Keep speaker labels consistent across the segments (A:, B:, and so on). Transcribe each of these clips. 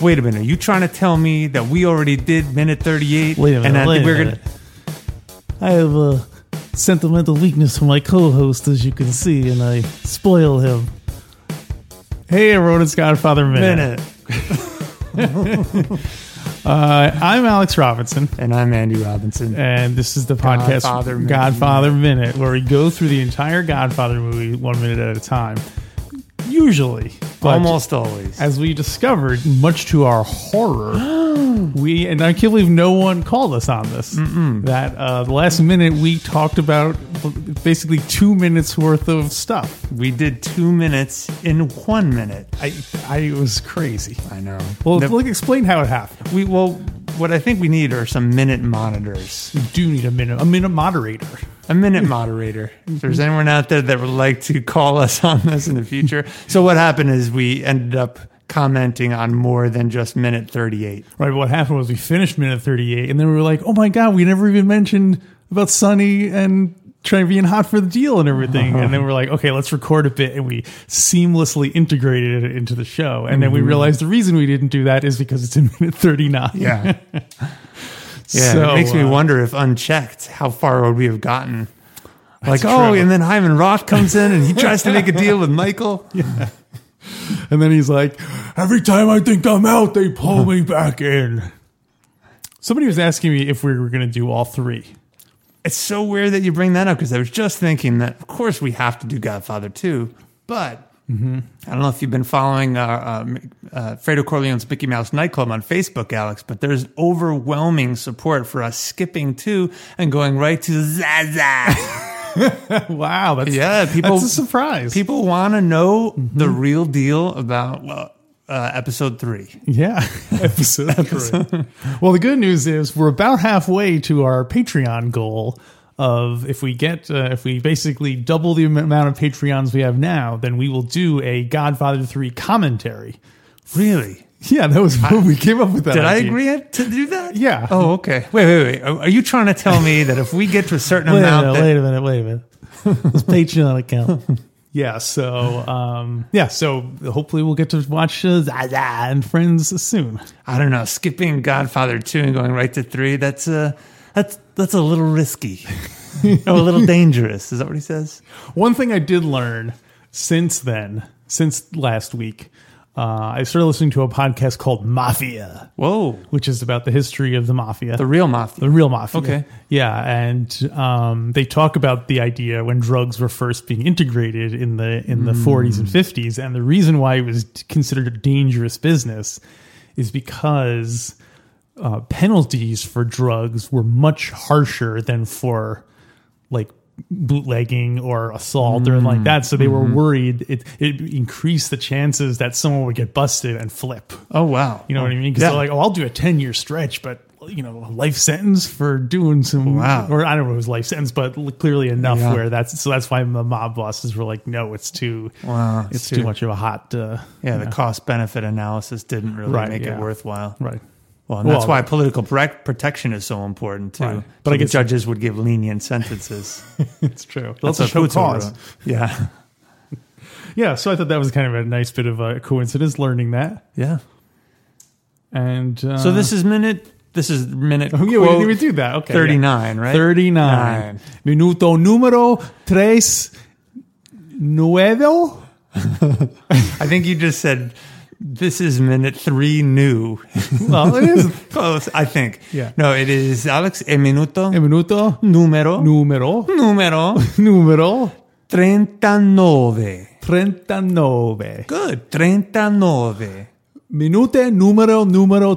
A: Wait a minute. Are you trying to tell me that we already did minute 38?
B: Wait a minute.
A: And I think
B: wait a
A: we're going
B: minute. I have a sentimental weakness for my co-host, as you can see, and I spoil him. Hey, everyone! It's Godfather Minute.
A: Minute.
B: Uh, I'm Alex Robinson,
A: And I'm Andy Robinson.
B: and this is the podcast
A: Godfather Minute.
B: Godfather Minute, where we go through the entire Godfather movie one minute at a time. Usually, but
A: Almost always.
B: as we discovered, much to our horror, we and I can't believe no one called us on this. That uh, the last minute we talked about basically two minutes worth of stuff.
A: We did two minutes in one minute.
B: I, I it was crazy.
A: I know.
B: Well,
A: The-
B: look, explain how it happened.
A: we, well, what I think we need are some minute monitors.
B: We do need a minute, a minute moderator.
A: a minute moderator. If there's anyone out there that would like to call us on this in the future. So what happened is we ended up commenting on more than just minute 38.
B: Right. But what happened was we finished minute thirty-eight, and then we were like, oh my god, we never even mentioned about Sunny and. Trying being hot for the deal and everything, and then we're like, okay, let's record a bit, and we seamlessly integrated it into the show, and then we realized the reason we didn't do that is because it's in minute thirty-nine.
A: Yeah. yeah,
B: So,
A: it makes me
B: uh,
A: wonder if unchecked how far would we have gotten. Like,
B: That's
A: oh,
B: true.
A: and then Hyman Roth comes in and he tries to make a deal with Michael.
B: And then he's like, every time I think I'm out, they pull me back in. Somebody was asking me if we were going to do all three.
A: It's so weird that you bring that up because I was just thinking that, of course, we have to do Godfather 2, but
B: Mm-hmm.
A: I don't know if you've been following uh, um, uh, Fredo Corleone's Mickey Mouse Nightclub on Facebook, Alex, but there's overwhelming support for us skipping 2 and going right to Zaza.
B: Wow, that's
A: Yeah, people-
B: That's a surprise.
A: People want to know the real deal about well, uh, episode 3.
B: yeah, episode. three. well, the good news is we're about halfway to our Patreon goal of if we get uh, if we basically double the am- amount of Patreons we have now, then we will do a Godfather three commentary.
A: Really?
B: Yeah, that was we came up with that.
A: Did I
B: idea.
A: agree to do that?
B: Yeah.
A: Oh, okay. Wait, wait, wait. Are are you trying to tell me that if we get to a certain
B: Wait a
A: amount,
B: minute,
A: that-
B: wait a minute, wait a minute. This Patreon account. Yeah, so um, yeah, so hopefully we'll get to watch uh, Zaza and Friends soon.
A: I don't know, skipping Godfather two and going right to three. That's uh that's that's a little risky, or a little dangerous. Is that what he says?
B: One thing I did learn since then, since last week, uh, I started listening to a podcast called Mafia,
A: Whoa,
B: which is about the history of the mafia.
A: the real mafia.
B: The real mafia.
A: Okay.
B: Yeah, and um, they talk about the idea when drugs were first being integrated in the in
A: Hmm.
B: the 40s and 50s, and the reason why it was considered a dangerous business is because uh, penalties for drugs were much harsher than for like bootlegging or assault or
A: Hmm.
B: like that. So they
A: Mm-hmm.
B: were worried it it increased the chances that someone would get busted and flip.
A: Oh wow,
B: You know what I mean? Because
A: Yeah.
B: they're like, oh, I'll do a 10 year stretch, but, you know, a life sentence for doing some,
A: Wow.
B: or I don't know if it was life sentence, but l- clearly enough
A: Yeah.
B: where that's, so that's why the mob bosses were like, no, it's too,
A: Wow,
B: it's,
A: it's
B: too,
A: too-
B: much of a hot, uh,
A: yeah, the cost benefit analysis didn't really
B: Right,
A: make
B: yeah.
A: it worthwhile.
B: right.
A: Well, and that's
B: Well-
A: why political protect- protection is so important too.
B: Right. But
A: But so
B: I
A: I guess
B: guess-
A: judges would give lenient sentences.
B: It's true. That's, a show
A: Putin
B: cause.
A: wrote. Yeah,
B: Yeah. So I thought that was kind of a nice bit of a coincidence learning that.
A: yeah.
B: And, uh,
A: So this is minute. This is minute.
B: Oh, yeah, we
A: quote
B: didn't even do that. Okay. yeah.
A: 39, right?
B: 39. Minuto número tres nuevo.
A: I think you just said this is minute three new.
B: Well, it is
A: Close, I think.
B: Yeah.
A: No, it is Alex E minuto
B: a minuto
A: numero
B: número
A: numero
B: Número
A: 39.
B: 39.
A: Good. 39.
B: Minute número número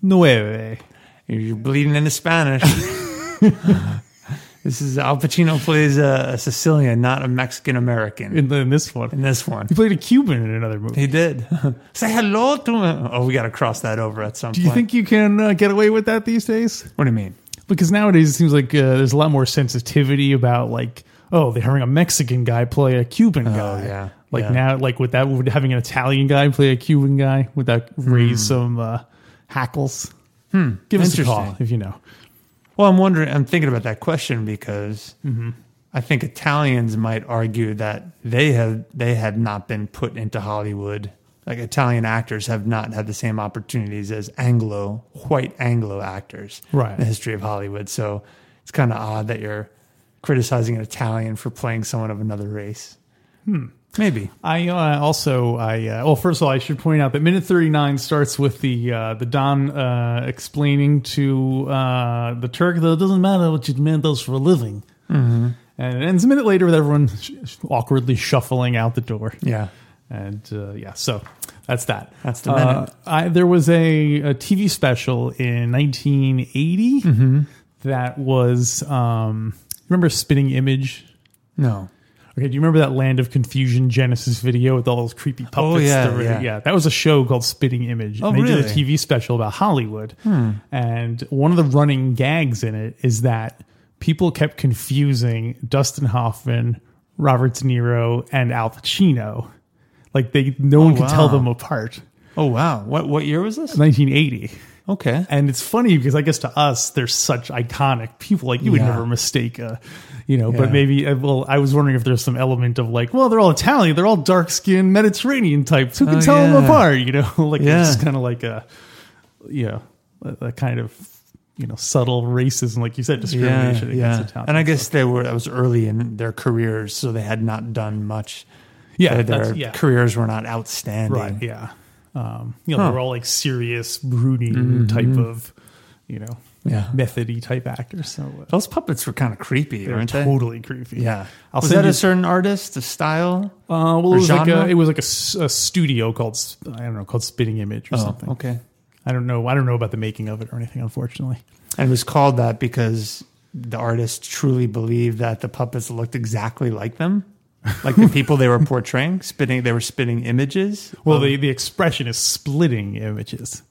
B: 39.
A: You're bleeding into Spanish. this is Al Pacino plays a, a Sicilian, not a Mexican American
B: In, in this one.
A: in this one.
B: He played a Cuban in another movie.
A: He did. Say hello to him. Oh, we got to cross that over at some
B: Do you
A: point.
B: think you can uh, get away with that these days?
A: What do you mean?
B: because nowadays it seems like uh, there's a lot more sensitivity about like oh they're having a Mexican guy play a Cuban guy.
A: yeah,
B: Like
A: yeah.
B: now, like with that, would having an Italian guy play a Cuban guy would that raise some uh, hackles? Hmm. Give us a call
A: Interesting.
B: if you know.
A: Well, I'm wondering. I'm thinking about that question because I think Italians might argue that they have they had not been put into Hollywood. Like Italian actors have not had the same opportunities as Anglo white Anglo actors
B: Right.
A: in the history of Hollywood. So it's kind of odd that you're criticizing an Italian for playing someone of another race. Hmm. Maybe.
B: I uh, also I uh, well first of all I should point out that minute 39 starts with the uh, the Don uh, explaining to uh, the Turk that it doesn't matter what your man does for a living
A: Mm-hmm.
B: and it ends a minute later with everyone sh- awkwardly shuffling out the door
A: Yeah.
B: and uh, yeah so that's that
A: That's the
B: Uh,
A: minute.
B: I, there was a, a TV special in 1980
A: Mm-hmm.
B: that was um, remember spinning image
A: No.
B: Okay, do you remember that Land of Confusion Genesis video with all those creepy puppets?
A: Oh, yeah,
B: that were-
A: yeah.
B: That was a show called Spitting Image.
A: Oh,
B: and they did a
A: really? Hmm.
B: TV special about Hollywood. And one of the running gags in it is that people kept confusing Dustin Hoffman, Robert De Niro, and Al Pacino. Like they no one could tell
A: Oh, wow.
B: them apart.
A: Oh wow. What what year was this?
B: 1980.
A: Okay.
B: And it's funny because I guess to us they're such iconic people. Like you would
A: Yeah.
B: never mistake, a, you know. But
A: Yeah.
B: maybe uh, well, I was wondering if there's some element of like, well, they're all Italian, they're all dark skinned Mediterranean types. Who can
A: Oh,
B: tell
A: yeah.
B: them apart? You know, like
A: Yeah.
B: it's kind of like a, you know, a, a kind of you know subtle racism, like you said, discrimination against Italians.
A: And I guess they were that was early in their careers, so they had not done much.
B: yeah,
A: Their-
B: that's,
A: their
B: yeah,
A: careers were not outstanding.
B: right, yeah. Um, you know,
A: Huh. Mm-hmm.
B: they were all like serious, brooding type of, you know,
A: Yeah.
B: methody type actors. So. Uh,
A: Those puppets were kind of creepy,
B: They're
A: weren't they?
B: totally creepy.
A: Yeah.
B: I'll
A: was
B: send
A: that
B: you-
A: a certain artist, a style?
B: Uh, well,
A: Or
B: it was like a,
A: genre?
B: it was like a, s- a studio called s- I don't know called Spitting Image or something.
A: okay.
B: I don't know. I don't know about the making of it or anything. Unfortunately,
A: And it was called that because the artist truly believed that the puppets looked exactly like them, like the people they were portraying. Spitting, they were spitting images.
B: well, the the expression is splitting images.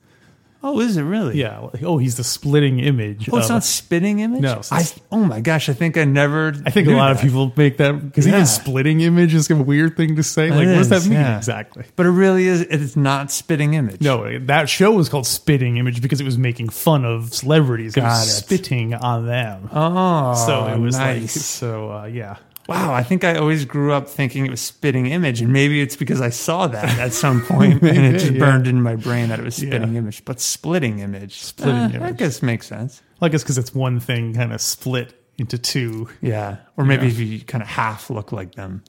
A: Oh, is it really?
B: Yeah. like, oh, he's the splitting image.
A: Oh, it's
B: of-
A: not spitting image.
B: No, it's not
A: I,
B: sp-
A: oh my gosh, I think I never.
B: I think a lot of people make that because
A: Yeah.
B: even splitting image is a weird thing to say. Like, what does
A: is,
B: that mean
A: yeah.
B: exactly?
A: But it really is. It's not spitting image.
B: No, that show was called Spitting Image because it was making fun of celebrities. it
A: Got
B: was
A: it.
B: spitting on them.
A: Oh,
B: so it was like
A: nice.
B: so. Uh, yeah.
A: wow, I think I always grew up thinking it was spitting image, and maybe it's because I saw that at some point, and it just
B: yeah.
A: burned in my brain that it was spitting
B: Yeah.
A: image. But splitting image, Eh,
B: Splitting
A: I
B: image.
A: guess makes sense.
B: Well, I guess because it's one thing kind of split into two.
A: Yeah, or maybe if you kind of half look like them.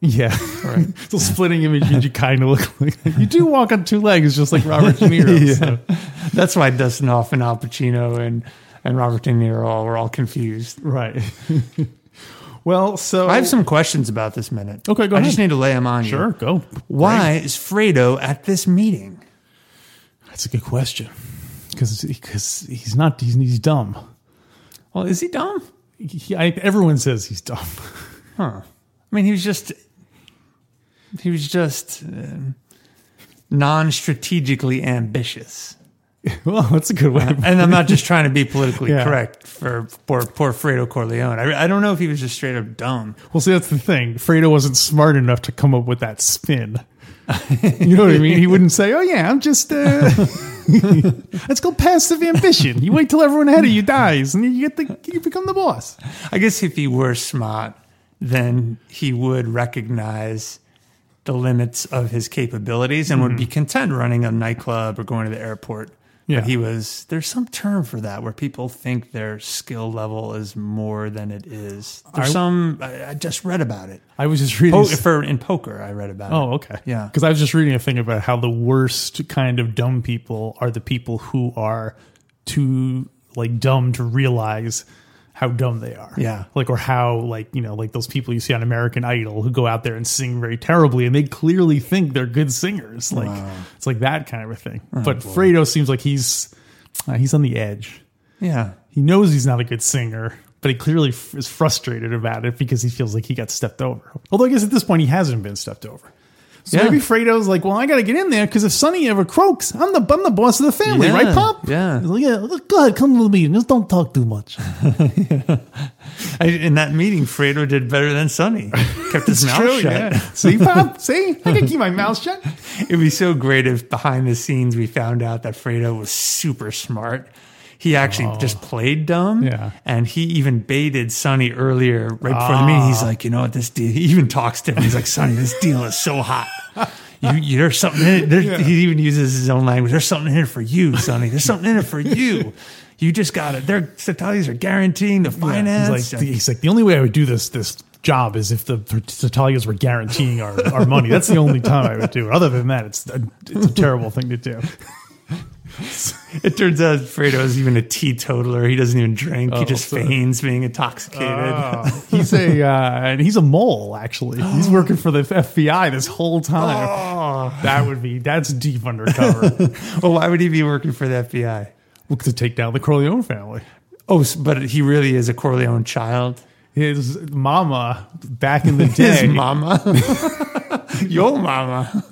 B: Yeah. Right. so splitting image means you kind of look like you do walk on two legs, just like Robert De Niro. so.
A: That's why Dustin Hoffman, Al Pacino, and and Robert De Niro all were all confused.
B: Right. well, so
A: I have some questions about this minute.
B: Okay, go
A: I
B: ahead.
A: just need to lay them on you.
B: Sure, go.
A: Why is Fredo at this meeting?
B: That's a good question. Because he's not he's, he's dumb.
A: Well, is he dumb?
B: He, I, everyone says he's dumb.
A: Huh. I mean, he was just he was just um, non-strategically ambitious.
B: well, that's a good way. of-
A: And I'm not just trying to be politically
B: Yeah.
A: correct for poor, poor Fredo Corleone. I, I don't know if he was just straight up dumb.
B: Well, see, that's the thing. Fredo wasn't smart enough to come up with that spin. You know what I mean? He wouldn't say, "Oh yeah, I'm just." Uh, that's called passive ambition. You wait till everyone ahead of you dies, and you get the you become the boss.
A: I guess if he were smart, then he would recognize the limits of his capabilities and would be content running a nightclub or going to the airport.
B: Hmm. Yeah.
A: But he was, there's some term for that where people think their skill level is more than it is. There's
B: I-
A: some, I, I just read about it.
B: I was just reading.
A: Po- for, in poker, I read about
B: oh,
A: it.
B: okay,
A: Yeah.
B: Because I was just reading a thing about how the worst kind of dumb people are the people who are too like dumb to realize how dumb they are.
A: Yeah.
B: like or how like you know like those people you see on American Idol who go out there and sing very terribly and they clearly think they're good singers. Like it's like that kind of a thing.
A: Oh,
B: but Fredo seems like he's uh, he's on the edge.
A: Yeah.
B: He knows he's not a good singer, but he clearly f- is frustrated about it because he feels like he got stepped over. Although I guess at this point he hasn't been stepped over. So
A: Yeah.
B: maybe Fredo's like, well, I got to get in there because if Sonny ever croaks, I'm the I'm the boss of the family,
A: Yeah,
B: right, Pop?
A: yeah.
B: He's like, yeah. Go ahead, come with me. Just don't talk too much.
A: I, in that meeting, Fredo did better than Sonny. Kept his mouth shut.
B: yeah. See, Pop? See, I can keep my mouth shut.
A: It'd be so great if behind the scenes we found out that Fredo was super smart. He actually just played dumb.
B: Oh. Yeah.
A: And he even baited Sonny earlier, right before the meeting.
B: Ah.
A: He's like, you know what, this deal, he even talks to him. He's like, Sonny, this deal is so hot. You, you, there's something in it. There, He even uses his own language. There's something in it for you, Sonny. There's something in it for you. You just got it. Their Satali's are guaranteeing the finance.
B: He's like, the, he's like, the only way I would do this this job is if the Italians were guaranteeing our, our money. That's the only time I would do it. Other than that, it's a, it's a terrible thing to do.
A: It turns out Fredo is even a teetotaler. He doesn't even drink. he just
B: Oh, so- Ah.
A: feigns being intoxicated.
B: he's a uh, and he's a mole actually. He's working for the FBI this whole time.
A: Oh.
B: That would be that's deep undercover.
A: Well, why would he be working for the FBI?
B: Look to take down the Corleone family.
A: Oh, s- but he really is a Corleone child.
B: His mama back in the
A: His
B: day.
A: mama. Yo, mama.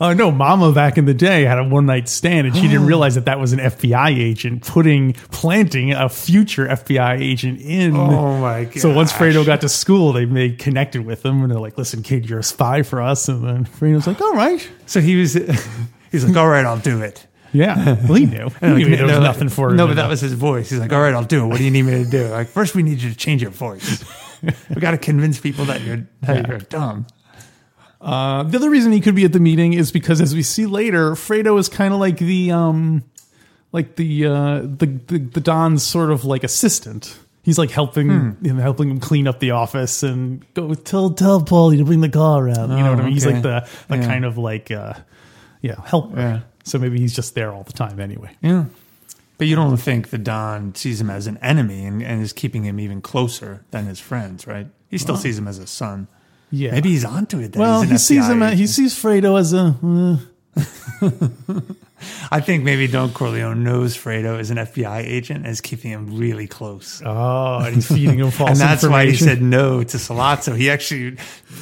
B: Oh no, Mama back in the day had a one night stand, and she didn't realize that that was an FBI agent putting planting a future FBI agent in.
A: Oh, my God.
B: So once Fredo got to school, they they connected with him, and they're like, "Listen, kid, you're a spy for us." And then Fredo's like, "All right,
A: So he was, he's like, all right, I'll do it.
B: yeah, well, he knew. He knew there was
A: They're like-
B: nothing for him.
A: No,
B: in
A: but that
B: the-
A: was his voice. He's like, all right, I'll do it. What do you need me to do? Like, first, we need you to change your voice. we got to convince people that you're, that you're dumb.
B: Uh, the other reason he could be at the meeting is because, as we see later, Fredo is kind of like the um, like the, uh, the the the Don's sort of like assistant. He's like helping him, helping him clean up the office and go tell tell Paulie to bring the car out. You know what I mean? He's
A: okay.
B: like the the
A: Yeah.
B: kind of like uh, yeah helper.
A: Yeah.
B: So maybe he's just there all the time anyway.
A: Yeah. But you don't think the Don sees him as an enemy and, and is keeping him even closer than his friends, right? He still sees him as a son.
B: Yeah.
A: Maybe he's onto it. That
B: Well,
A: he's an
B: he sees
A: FBI
B: him. At, he
A: agent.
B: sees Fredo as a uh,
A: I think maybe Don Corleone knows Fredo is an FBI agent and is keeping him really close.
B: oh, and he's feeding him false
A: and that's why he
B: information.
A: said no to Salazzo. He actually,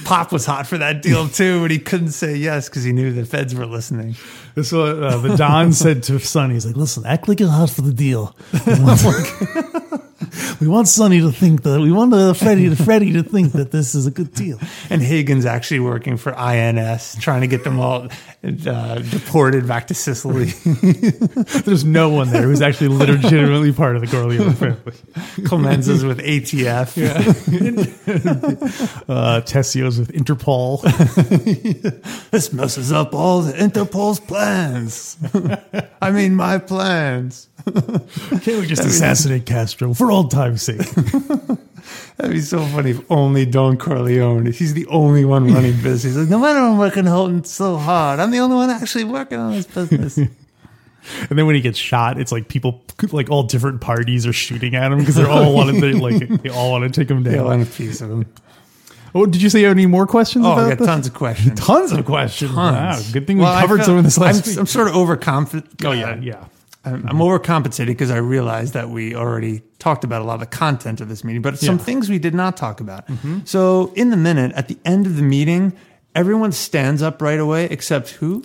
A: Pop was hot for that deal too, but he couldn't say yes because he knew the feds were listening.
B: That's what uh, the Don said to Sonny. He's like, listen, act like you're hot for the deal. we want Sonny to think that, we want uh, Freddie, to, Freddie to think that this is a good deal.
A: And Hagen's actually working for INS, trying to get them all uh, deported back to Sicily.
B: There's no one there who's actually legitimately part of the Corleone family.
A: Clemenza's with ATF.
B: Uh, Tessio's with Interpol.
A: This messes up all the Interpol's plans. I mean, my plans.
B: Can't we just assassinate Castro for old time's sake?
A: That'd be so funny if only Don Corleone, he's the only one running business. He's like, no matter I'm working Holton so hard, I'm the only one actually working on this business.
B: And then when he gets shot, it's like people, like all different parties are shooting at him because they're all wanted, they, like, they all want to take him
A: yeah,
B: down.
A: I'm a piece of him.
B: Oh, did you say you have any more questions
A: Oh,
B: about
A: I got
B: this?
A: tons of questions.
B: Tons of questions.
A: Tons.
B: Wow, good thing we
A: Well, I
B: covered
A: felt-
B: some of this last
A: I'm,
B: week.
A: I'm sort of overconfident.
B: oh yeah, yeah.
A: I'm, I'm overcompensating because I realized that we already talked about a lot of the content of this meeting, but some
B: Yeah. Mm-hmm.
A: things we did not talk about. So, in the minute, at the end of the meeting, everyone stands up right away except who?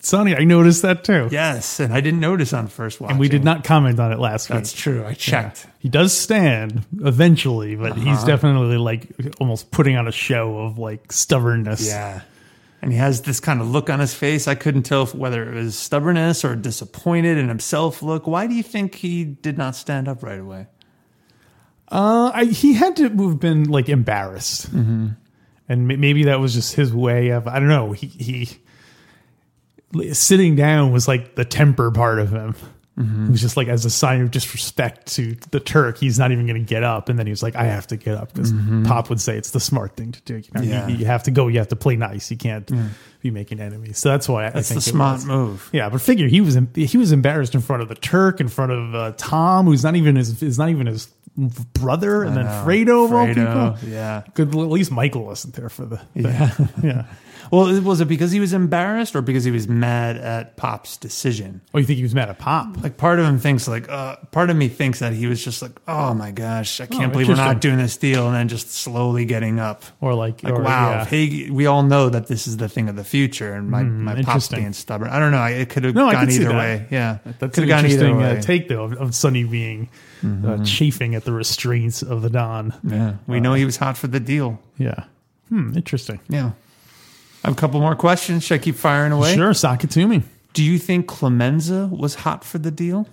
B: Sonny, I noticed that too.
A: Yes, and I didn't notice on first watch.
B: And we did not comment on it last
A: That's
B: week.
A: true. I checked.
B: He does stand eventually, but
A: Uh-huh.
B: he's definitely like almost putting on a show of like stubbornness.
A: Yeah. And he has this kind of look on his face. I couldn't tell if whether it was stubbornness or disappointed in himself look. Why do you think he did not stand up right away?
B: Uh, I, he had to have been like embarrassed,
A: Mm-hmm.
B: and ma- maybe that was just his way of I don't know. He he sitting down was like the temper part of him.
A: Mm-hmm.
B: It was just like as a sign of disrespect to the Turk. He's not even going to get up, and then he was like, "I have to get up" because Pop would say it's the smart thing to do. You know,
A: Mm-hmm. Yeah.
B: you, you have to go. You have to play nice. You can't be making enemies. So that's why I
A: That's
B: think
A: the
B: it
A: smart
B: was.
A: move.
B: Yeah, but figure he was em- he was embarrassed in front of the Turk, in front of uh, Tom, who's not even his is not even his brother, and then
A: I know.
B: Fredo, of all
A: Fredo,
B: people.
A: Yeah.
B: Good, at least Michael wasn't there for the. the
A: Yeah.
B: yeah.
A: Well, was it because he was embarrassed or because he was mad at Pop's decision?
B: Oh, you think he was mad at Pop?
A: Like part of him thinks like uh part of me thinks that he was just like, "Oh my gosh, I can't
B: Oh,
A: believe we're not
B: interesting.
A: doing this deal." And then just slowly getting up.
B: Or like,
A: Like,
B: or,
A: wow,
B: yeah. Mm-hmm.
A: Haig- we all know that this is the thing of the future and my my Pop's
B: interesting.
A: being stubborn. I don't know. I- It could have
B: No, I
A: gone
B: could see
A: either
B: that.
A: way. Yeah.
B: That's
A: could
B: an
A: have gone either
B: interesting
A: way.
B: uh, take, though, of, of Sonny being uh, chafing at the restraints of the Don.
A: yeah. We know he was hot for the deal.
B: Yeah. Hmm. Interesting.
A: Yeah. I have a couple more questions. Should I keep firing away?
B: Sure, Sakatumi.
A: Do you think Clemenza was hot for the deal?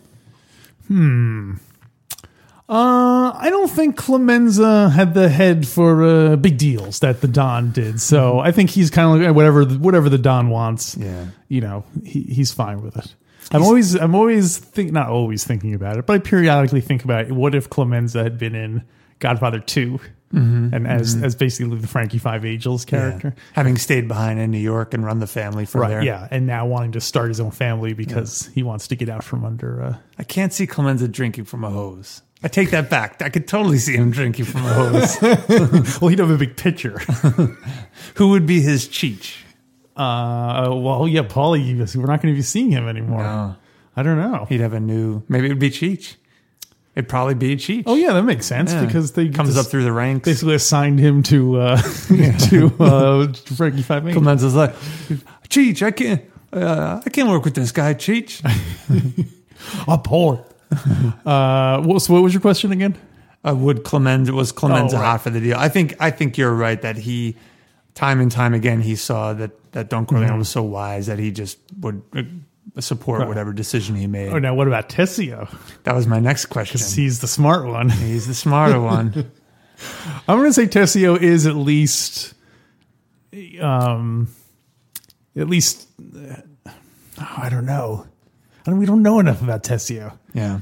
B: Uh, I don't think Clemenza had the head for uh, big deals that the Don did. So I think he's kind of like whatever whatever the Don wants.
A: Yeah.
B: you know, he, he's fine with it. I'm always I'm always think not always thinking about it, but I periodically think about it. What if Clemenza had been in Godfather 2 and as as basically the Frankie Five Angels character?
A: Yeah. Having stayed behind in New York and run the family from there.
B: Yeah, and now wanting to start his own family because he wants to get out from under. Uh,
A: I can't see Clemenza drinking from a hose. I take that back. I could totally see him drinking from a hose.
B: well, he'd have a big picture.
A: Who would be his Cheech?
B: Uh, well, yeah, Paulie, we're not going to be seeing him anymore.
A: No.
B: I don't know.
A: He'd have a new, maybe it would be Cheech. It'd probably be Cheech.
B: Oh yeah, that makes sense
A: Yeah.
B: because they
A: comes
B: just
A: up through the ranks.
B: basically assigned him to uh, to uh, Frankie Five Eight.
A: Clemenza's like, Cheech, I can't, uh, I can't work with this guy, Cheech.
B: A port. uh, what, so what was your question again?
A: I would Clemenza was Clemenza
B: Oh, right.
A: hot for the deal. I think I think you're right that he time and time again he saw that that Don Corleone was so wise that he just would uh, support whatever decision he made.
B: Oh, now what about Tessio?
A: That was my next question.
B: He's the smart one.
A: He's the smarter one.
B: I'm going to say Tessio is at least, um, at least uh, I don't know. I don't, we don't know enough about Tessio.
A: Yeah.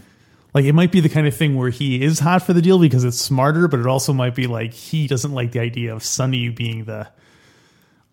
B: Like it might be the kind of thing where he is hot for the deal because it's smarter, but it also might be like he doesn't like the idea of Sonny being the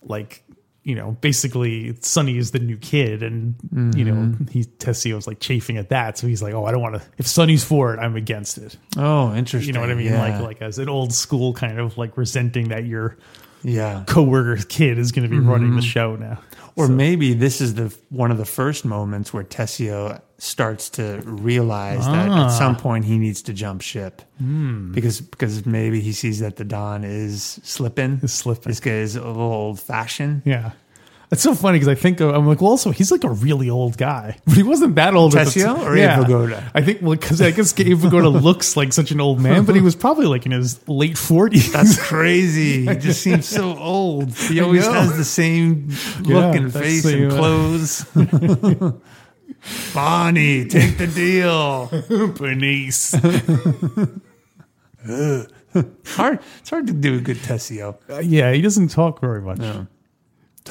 B: like you know, basically Sonny is the new kid and you know, he Tessio's like chafing at that. So he's like, Oh, I don't wanna if Sonny's for it, I'm against it.
A: Oh, interesting.
B: You know what I mean?
A: Yeah.
B: Like like as an old school kind of like resenting that your
A: yeah.
B: coworker's kid is gonna be running the show now.
A: Or maybe this is the one of the first moments where Tessio starts to realize that
B: Ah.
A: at some point he needs to jump ship
B: Hmm.
A: because because maybe he sees that the Don is slipping.
B: Is slipping.
A: This guy is a little old fashioned.
B: Yeah. It's so funny because I think I'm like, well, also he's like a really old guy, but he wasn't that old. at the
A: Tessio
B: ti-
A: or Abe Vigoda?
B: I think well, because I guess Abe Vigoda looks like such an old man, but he was probably like in his late forties.
A: That's crazy. He just seems so old. He
B: I
A: always
B: know.
A: has the same look
B: Yeah,
A: and
B: that's
A: face
B: the,
A: and
B: uh,
A: clothes. Bonnie, take the deal.
B: Bernice,
A: Hard, it's hard to do a good Tessio.
B: yeah, he doesn't talk very much.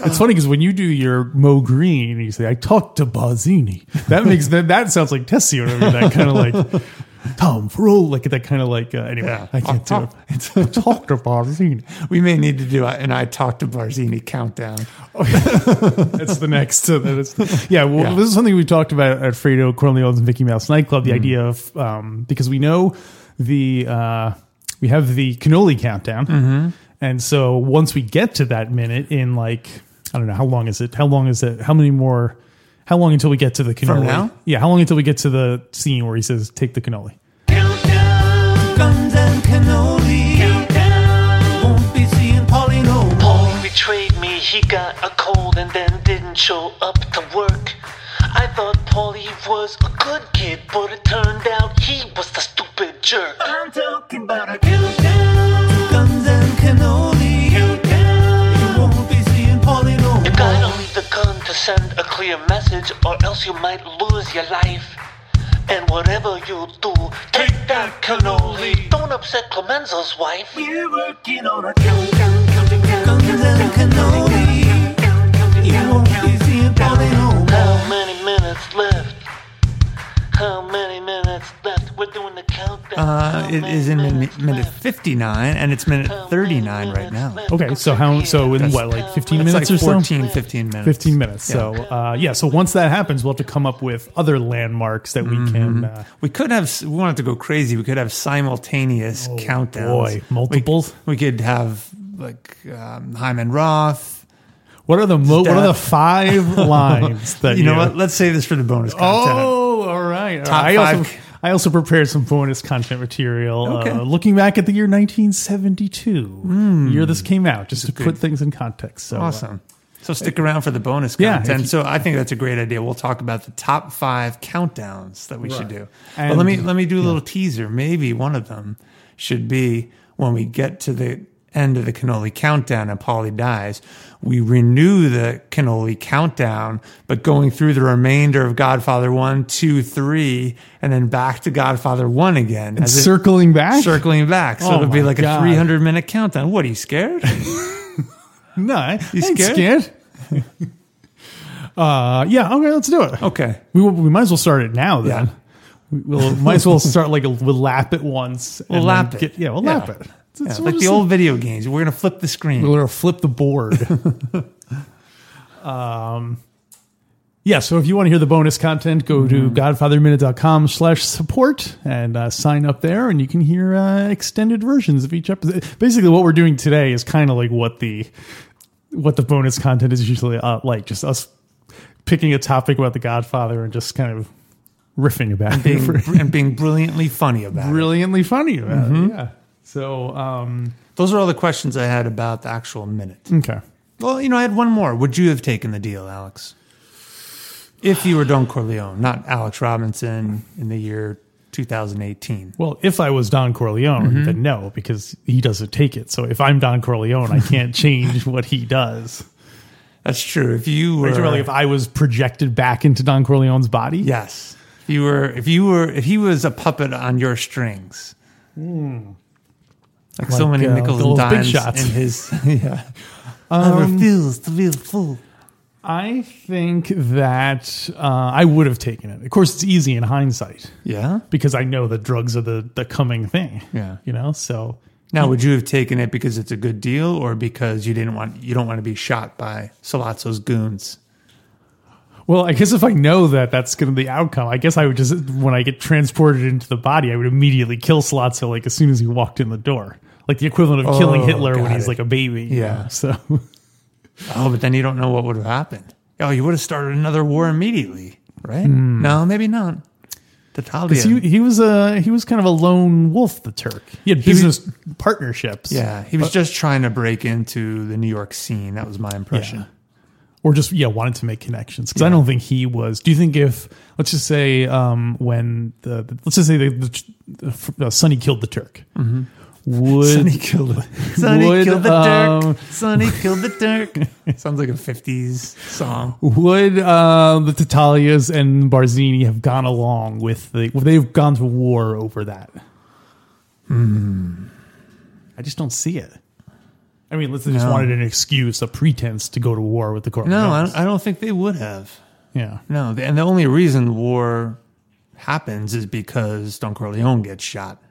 B: It's funny because when you do your Mo Green, you say, "I talked to Bazzini." That makes that, that sounds like Tessio. I mean, that kind of like Tom Fro, like that kind of like uh, anyway.
A: Yeah.
B: I can't do it. I talked to Bazzini.
A: We may need to do a- an I talked to Barzini countdown.
B: That's the next. So that is, yeah, well,
A: Yeah.
B: this is something we talked about at Fredo Corleone's and Mickey Mouse nightclub.
A: Mm-hmm.
B: The idea of um, because we know the uh, we have the cannoli countdown,
A: Mm-hmm.
B: and so once we get to that minute in like I don't know how long is it? How long is it? How many more? How long until we get to the cannoli?
A: now?
B: Yeah, how long until we get to the scene where he says, "Take the cannoli."
C: Countdown, guns and cannoli. Countdown, won't be seeing Polly no more.
D: Paulie betrayed me, he got a cold and then didn't show up to work. I thought Paulie was a good kid, but it turned out he was the stupid jerk.
C: I'm talking about a countdown, guns and cannoli. Countdown, you won't be seeing Polly no
D: You
C: more.
D: gotta leave the gun to send a clear message, or else you might lose your life. And whatever you do, take that cannoli. Don't upset Clemenza's wife.
C: We're working on a countdown, counting down, guns and cannoli. You won't be seeing Polly no more.
D: How many minutes left? How many minutes left? We're doing the countdown.
A: Uh,
D: How
A: it
D: many
A: is in minute,
D: minutes
A: minute
D: left?
A: 59, and it's minute
D: How many
A: 39 right
D: minutes
A: now.
D: left?
B: Okay, so how- so in
D: That's-
B: what, like 15
A: It's
B: minutes?
A: like
B: or so?
A: 14, 15 minutes.
B: 15 minutes.
A: Yeah.
B: So, uh, yeah, so once that happens, we'll have to come up with other landmarks that we
A: Mm-hmm.
B: can. Uh,
A: We could have, we wanted to go crazy. We could have simultaneous countdowns.
B: Oh, boy. Multiples?
A: We, we could have like um, Hyman Roth.
B: what are the mo- what are the
A: Steph.
B: five lines that
A: You know what? Let's save this for the bonus content.
B: Oh, all right.
A: Top
B: I also
A: five.
B: I also prepared some bonus content material
A: Okay. Hmm.
B: uh, looking back at the year 1972, the year this came out, just to put things in context. So uh,
A: Awesome. So stick around for the bonus
B: Yeah,
A: content.
B: if you-
A: so I think that's a great idea. We'll talk about the top five countdowns that we should do.
B: And-
A: but let me let me do a little teaser. Maybe one of them should be when we get to the end of the cannoli countdown and Polly dies, we renew the cannoli countdown, but going through the remainder of Godfather one, two, three, and then back to Godfather one again. as it-
B: circling back.
A: circling back. So
B: Oh
A: it'll be
B: my
A: like
B: God.
A: a three hundred minute countdown. What are you scared?
B: no, I,
A: You
B: I ain't
A: scared?
B: scared. uh, yeah. Okay, let's do it.
A: Okay.
B: We will, we might as well start it now then.
A: Yeah.
B: We- We'll might as well start like we'll lap it once. and
A: We'll
B: then
A: lap it.
B: get- yeah, we'll
A: Yeah.
B: lap it. It's-
A: Yeah,
B: it's- we'll
A: like the
B: just-
A: old video games. We're gonna flip the screen.
B: We're gonna flip the board. um, yeah. So if you want to hear the bonus content, go to godfatherminute.com slash support and uh, sign up there, and you can hear uh, extended versions of each episode. Basically, what we're doing today is kind of like what the what the bonus content is usually uh, like, just us picking a topic about the Godfather and just kind of riffing about it
A: being,
B: for-
A: and being brilliantly funny about it.
B: brilliantly funny about it. Yeah. Mm-hmm. So um,
A: Those are all the questions I had about the actual minute.
B: okay.
A: Well, you know, I had one more. Would you have taken the deal, Alex? If you were Don Corleone, not Alex Robinson in the year 2018.
B: Well, if I was Don Corleone,
A: Mm-hmm.
B: then no, because he doesn't take it. So if I'm Don Corleone, I can't change what he does.
A: That's true. If you
B: Are
A: were
B: you talking about, Like if I was projected back into Don Corleone's body,
A: Yes. If you were if you were if he was a puppet on your strings. Hmm. Like, so
B: Like,
A: many
B: uh,
A: nickels and
B: those big
A: dimes
B: shots.
A: in his yeah. Um, I refuse to be a fool.
B: I think that uh, I would have taken it. Of course, it's easy in hindsight
A: Yeah.
B: because I know that drugs are the the coming thing.
A: Yeah.
B: you know. So
A: Now, would you have taken it because it's a good deal, or because you didn't want you don't want to be shot by Salazzo's goons?
B: Well, I guess if I know that that's going to be the outcome, I guess I would just, when I get transported into the body, I would immediately kill Slotso like as soon as he walked in the door. Like the equivalent of killing
A: Oh,
B: Hitler when
A: got
B: he's
A: it.
B: like a baby. you
A: Yeah.
B: know, So,
A: Oh, but then you don't know what would have happened. Oh, you would have started another war immediately, right? No, maybe not. The Talia.
B: he, he was a, he was kind of a lone wolf, the Turk. He had
A: was-
B: business partnerships. Uh,
A: yeah, he was just trying to break into the New York scene. That was my impression.
B: Yeah. Or just, yeah, wanted to make connections. Cause I don't think he was, do you think if, let's just say, um, when the, the- let's just say the, the, the Sonny killed the Turk. Would
A: Sonny killed it. Sonny
B: Would,
A: killed the
B: um,
A: Turk. Sonny killed the Turk. Sounds like a '50s song.
B: Would uh, the Tatalias and Barzini have gone along with the? Would they have gone to war over that?
A: Hmm.
B: I just don't see it. I mean, let's they just
A: No.
B: wanted an excuse, a pretense to go to war with the Corleones.
A: No, I don't, I don't think they would have.
B: yeah,
A: No, the- and the only reason war happens is because Don Corleone gets shot.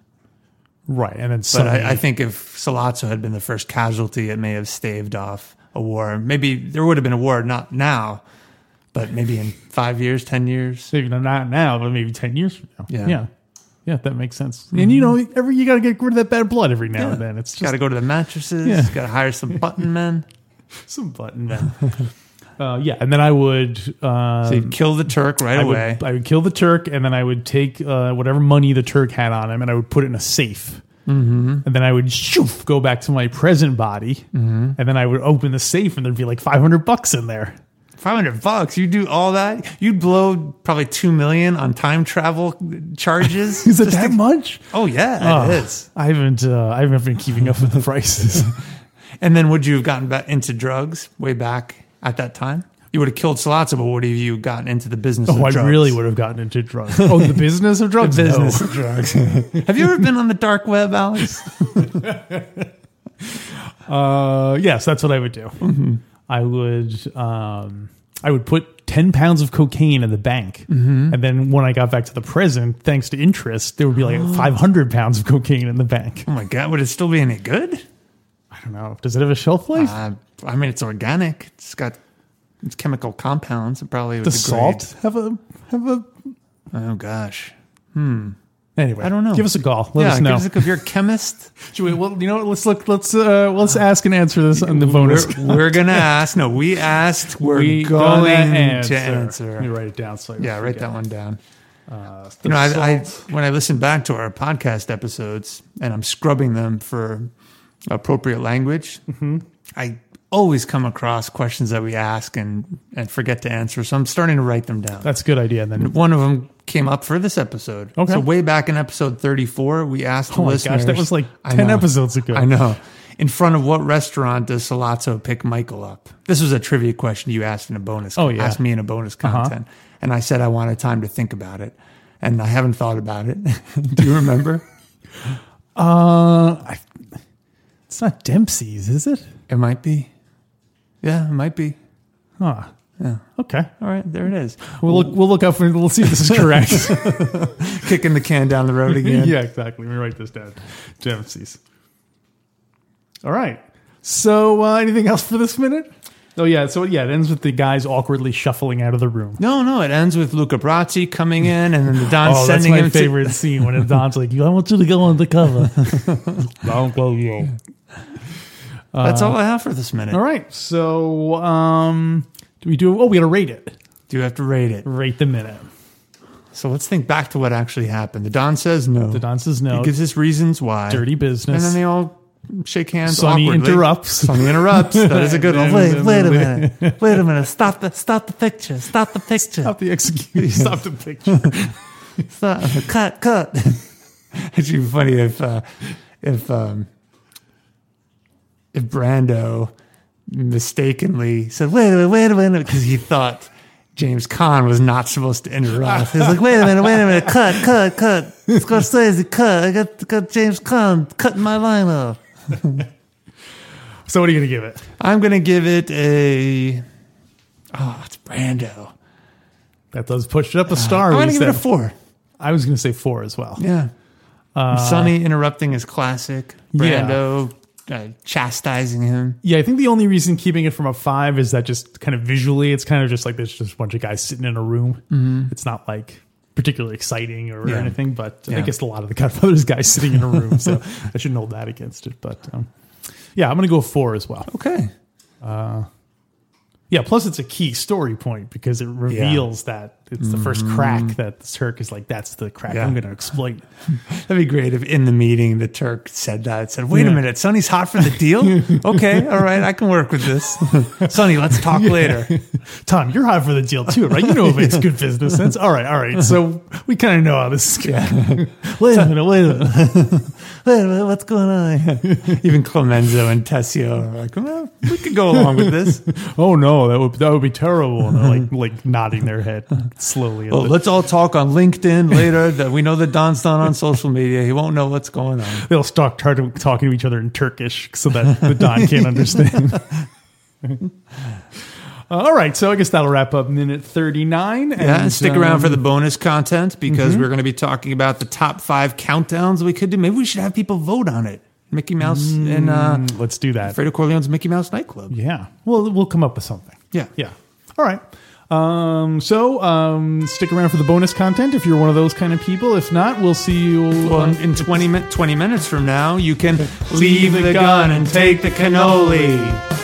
B: right. And then
A: But
B: Sonny,
A: I, I think if Salazzo had been the first casualty, it may have staved off a war. Maybe there would have been a war, not now, but maybe in five years, ten years.
B: maybe not now, but maybe ten years from now.
A: Yeah. Mm-hmm.
B: yeah, Yeah, that makes sense. And you know, every you got to get rid of that bad blood every now and then. It's just
A: Got to go to the mattresses.
B: Yeah.
A: Got to hire some button men.
B: some button man. uh, yeah, and then I would. Uh,
A: So you'd kill the Turk right
B: I
A: away.
B: would, I would kill the Turk, and then I would take uh, whatever money the Turk had on him, and I would put it in a safe. Mm-hmm. And then I would shoof, go back to my present body, and then I would open the safe, and there'd be like five hundred bucks in there.
A: Five hundred bucks. You do all that. You'd blow probably two million on time travel charges.
B: Is it
A: Just
B: that
A: to-
B: much?
A: Oh yeah,
B: Oh,
A: it is.
B: I haven't. Uh, I haven't been keeping up with the prices.
A: And then would you have gotten back into drugs way back at that time? You would have killed Salazzo, but would have you gotten into the business
B: oh,
A: of
B: I
A: drugs?
B: really would have gotten into drugs. Oh, the business of drugs.
A: Business
B: No.
A: of drugs. have you ever been on the dark web, Alex?
B: Mm-hmm. Uh, yes, that's what I would do. I would. Um, I would put 10 pounds of cocaine in the bank. And then when I got back to the present, thanks to interest, there would be like 500 pounds of cocaine in the bank.
A: Oh my God, would it still be any good?
B: I don't know. Ah, Does it have a shelf life?
A: Uh, I mean, it's organic. It's got it's chemical compounds. It probably would
B: Does
A: degrade.
B: salt have a, have a,
A: Oh gosh.
B: anyway. I
A: don't know.
B: Give us a call. Let
A: yeah,
B: us know.
A: give us a- if you're a chemist,
B: Should we- well, you know what? Let's look, let's, uh, let's ask and answer this on the bonus.
A: we're, we're gonna ask. No, we asked. We're
B: gonna
A: going to answer.
B: Let me write it down. So I don't
A: Yeah, write that
B: forget.
A: one down.
B: Uh,
A: You know, I, I
B: salt.
A: when I listen back to our podcast episodes and I'm scrubbing them for appropriate language, I always come across questions that we ask and and forget to answer. So I'm starting to write them down.
B: that's a good idea. And then
A: One of them came up for this episode.
B: Okay.
A: So way back in episode 34, we asked the
B: Oh my gosh,
A: listeners.
B: that was like
A: I
B: 10
A: know.
B: episodes ago.
A: I know. In front of what restaurant does Salazzo pick Michael up? This was a trivia question you asked in a bonus.
B: Oh, yeah. Uh-huh.
A: Asked me in a bonus content. And I said I wanted time to think about it. And I haven't thought about it. Do you remember?
B: Uh, I, it's not Dempsey's, is it?
A: it might be. Yeah, it might be.
B: Huh. Okay.
A: All right, there it is.
B: We'll look. We'll look up and we'll see if this is correct.
A: Kicking the can down the road again.
B: yeah, exactly. Let me write this down. Dempsey's. All right. So, uh, anything else for this minute? Oh yeah. So yeah, it ends with the guys awkwardly shuffling out of the room.
A: No, no, it ends with Luca Brazzi coming in and then the Don
B: oh, that's
A: sending
B: my
A: him to
B: favorite scene when Don's like, "You, I want you to go undercover."
A: That's
B: uh,
A: all I have for this minute.
B: All right. So, um, do we do? Oh, we got to rate it.
A: Do you have to rate it?
B: Rate the minute.
A: So let's think back to what actually happened. The Don says no.
B: The Don says no.
A: He gives us reasons why.
B: Dirty
A: And
B: business.
A: then they all shake hands.
B: Sonny
A: awkwardly.
B: interrupts.
A: Sonny interrupts. That is a good one.
B: Wait- wait a
A: minute. Wait a minute. Stop the stop the picture. Stop the picture.
B: Stop the execution. Stop the picture.
A: Stop. Cut. Cut. It'd be funny if uh, if um, if Brando mistakenly said, "Wait a minute, wait a minute," because he thought James Caan was not supposed to interrupt. He's like, "Wait a minute, wait a minute, cut, cut, cut." Scorsese, cut. I got, got James Caan cutting my line off.
B: So what are you gonna give it?
A: I'm gonna give it a. Oh, it's Brando.
B: That does push it up a star.
A: Uh, I'm gonna
B: we
A: give it a
B: said.
A: four.
B: I was gonna say four as well.
A: Yeah. Sonny interrupting is classic.
B: Uh, Yeah.
A: Brando uh, chastising him.
B: Yeah, I think the only reason keeping it from a five is that just kind of visually, it's kind of just like there's just a bunch of guys sitting in a room. It's not like particularly exciting or
A: Mm-hmm. Yeah.
B: anything, but I
A: Yeah.
B: guess a lot of the Godfather's guys sitting in a room, so I shouldn't hold that against it. But um, yeah, I'm gonna go four as well.
A: Okay.
B: Yeah, plus it's a key story point because it reveals that it's the first crack that the Turk is like, that's the crack
A: Mm. Yeah.
B: I'm gonna exploit.
A: That'd be great if in the meeting the Turk said that. Said, wait
B: Yeah.
A: a minute, Sonny's hot for the deal? okay, all right, I can work with this. Sonny, let's talk later.
B: Tom, you're hot for the deal too, right? You know if it's good business sense. All right, all right. So we kind of know how this is going. wait a minute, wait a minute.
A: Wait a minute, what's going on? Even Clemenzo and Tessio are like, well, we could go along with this.
B: Oh no, that would that would be terrible. And they're like like nodding their head slowly.
A: Well, let's all talk on LinkedIn later. That we know that Don's not on social media. He won't know what's going on.
B: They'll start tar- talking to each other in Turkish so that the Don can't understand. all right, so I guess that'll wrap up minute thirty nine.
A: Yeah, and stick around
B: um,
A: for the bonus content because
B: Mm-hmm.
A: we're going to be talking about the top five countdowns we could do. Maybe we should have people vote on it. Mickey Mouse and uh,
B: um, Let's do that.
A: Fredo Corleone's Mickey Mouse nightclub.
B: Mm. Yeah, we'll we'll come up with something.
A: Yeah.
B: Yeah. All right. Um, so um, stick around for the bonus content if you're one of those kind of people. If not, we'll see you.
A: Well, in, in 20, min- 20 minutes from now, you can leave the gun and take the cannoli.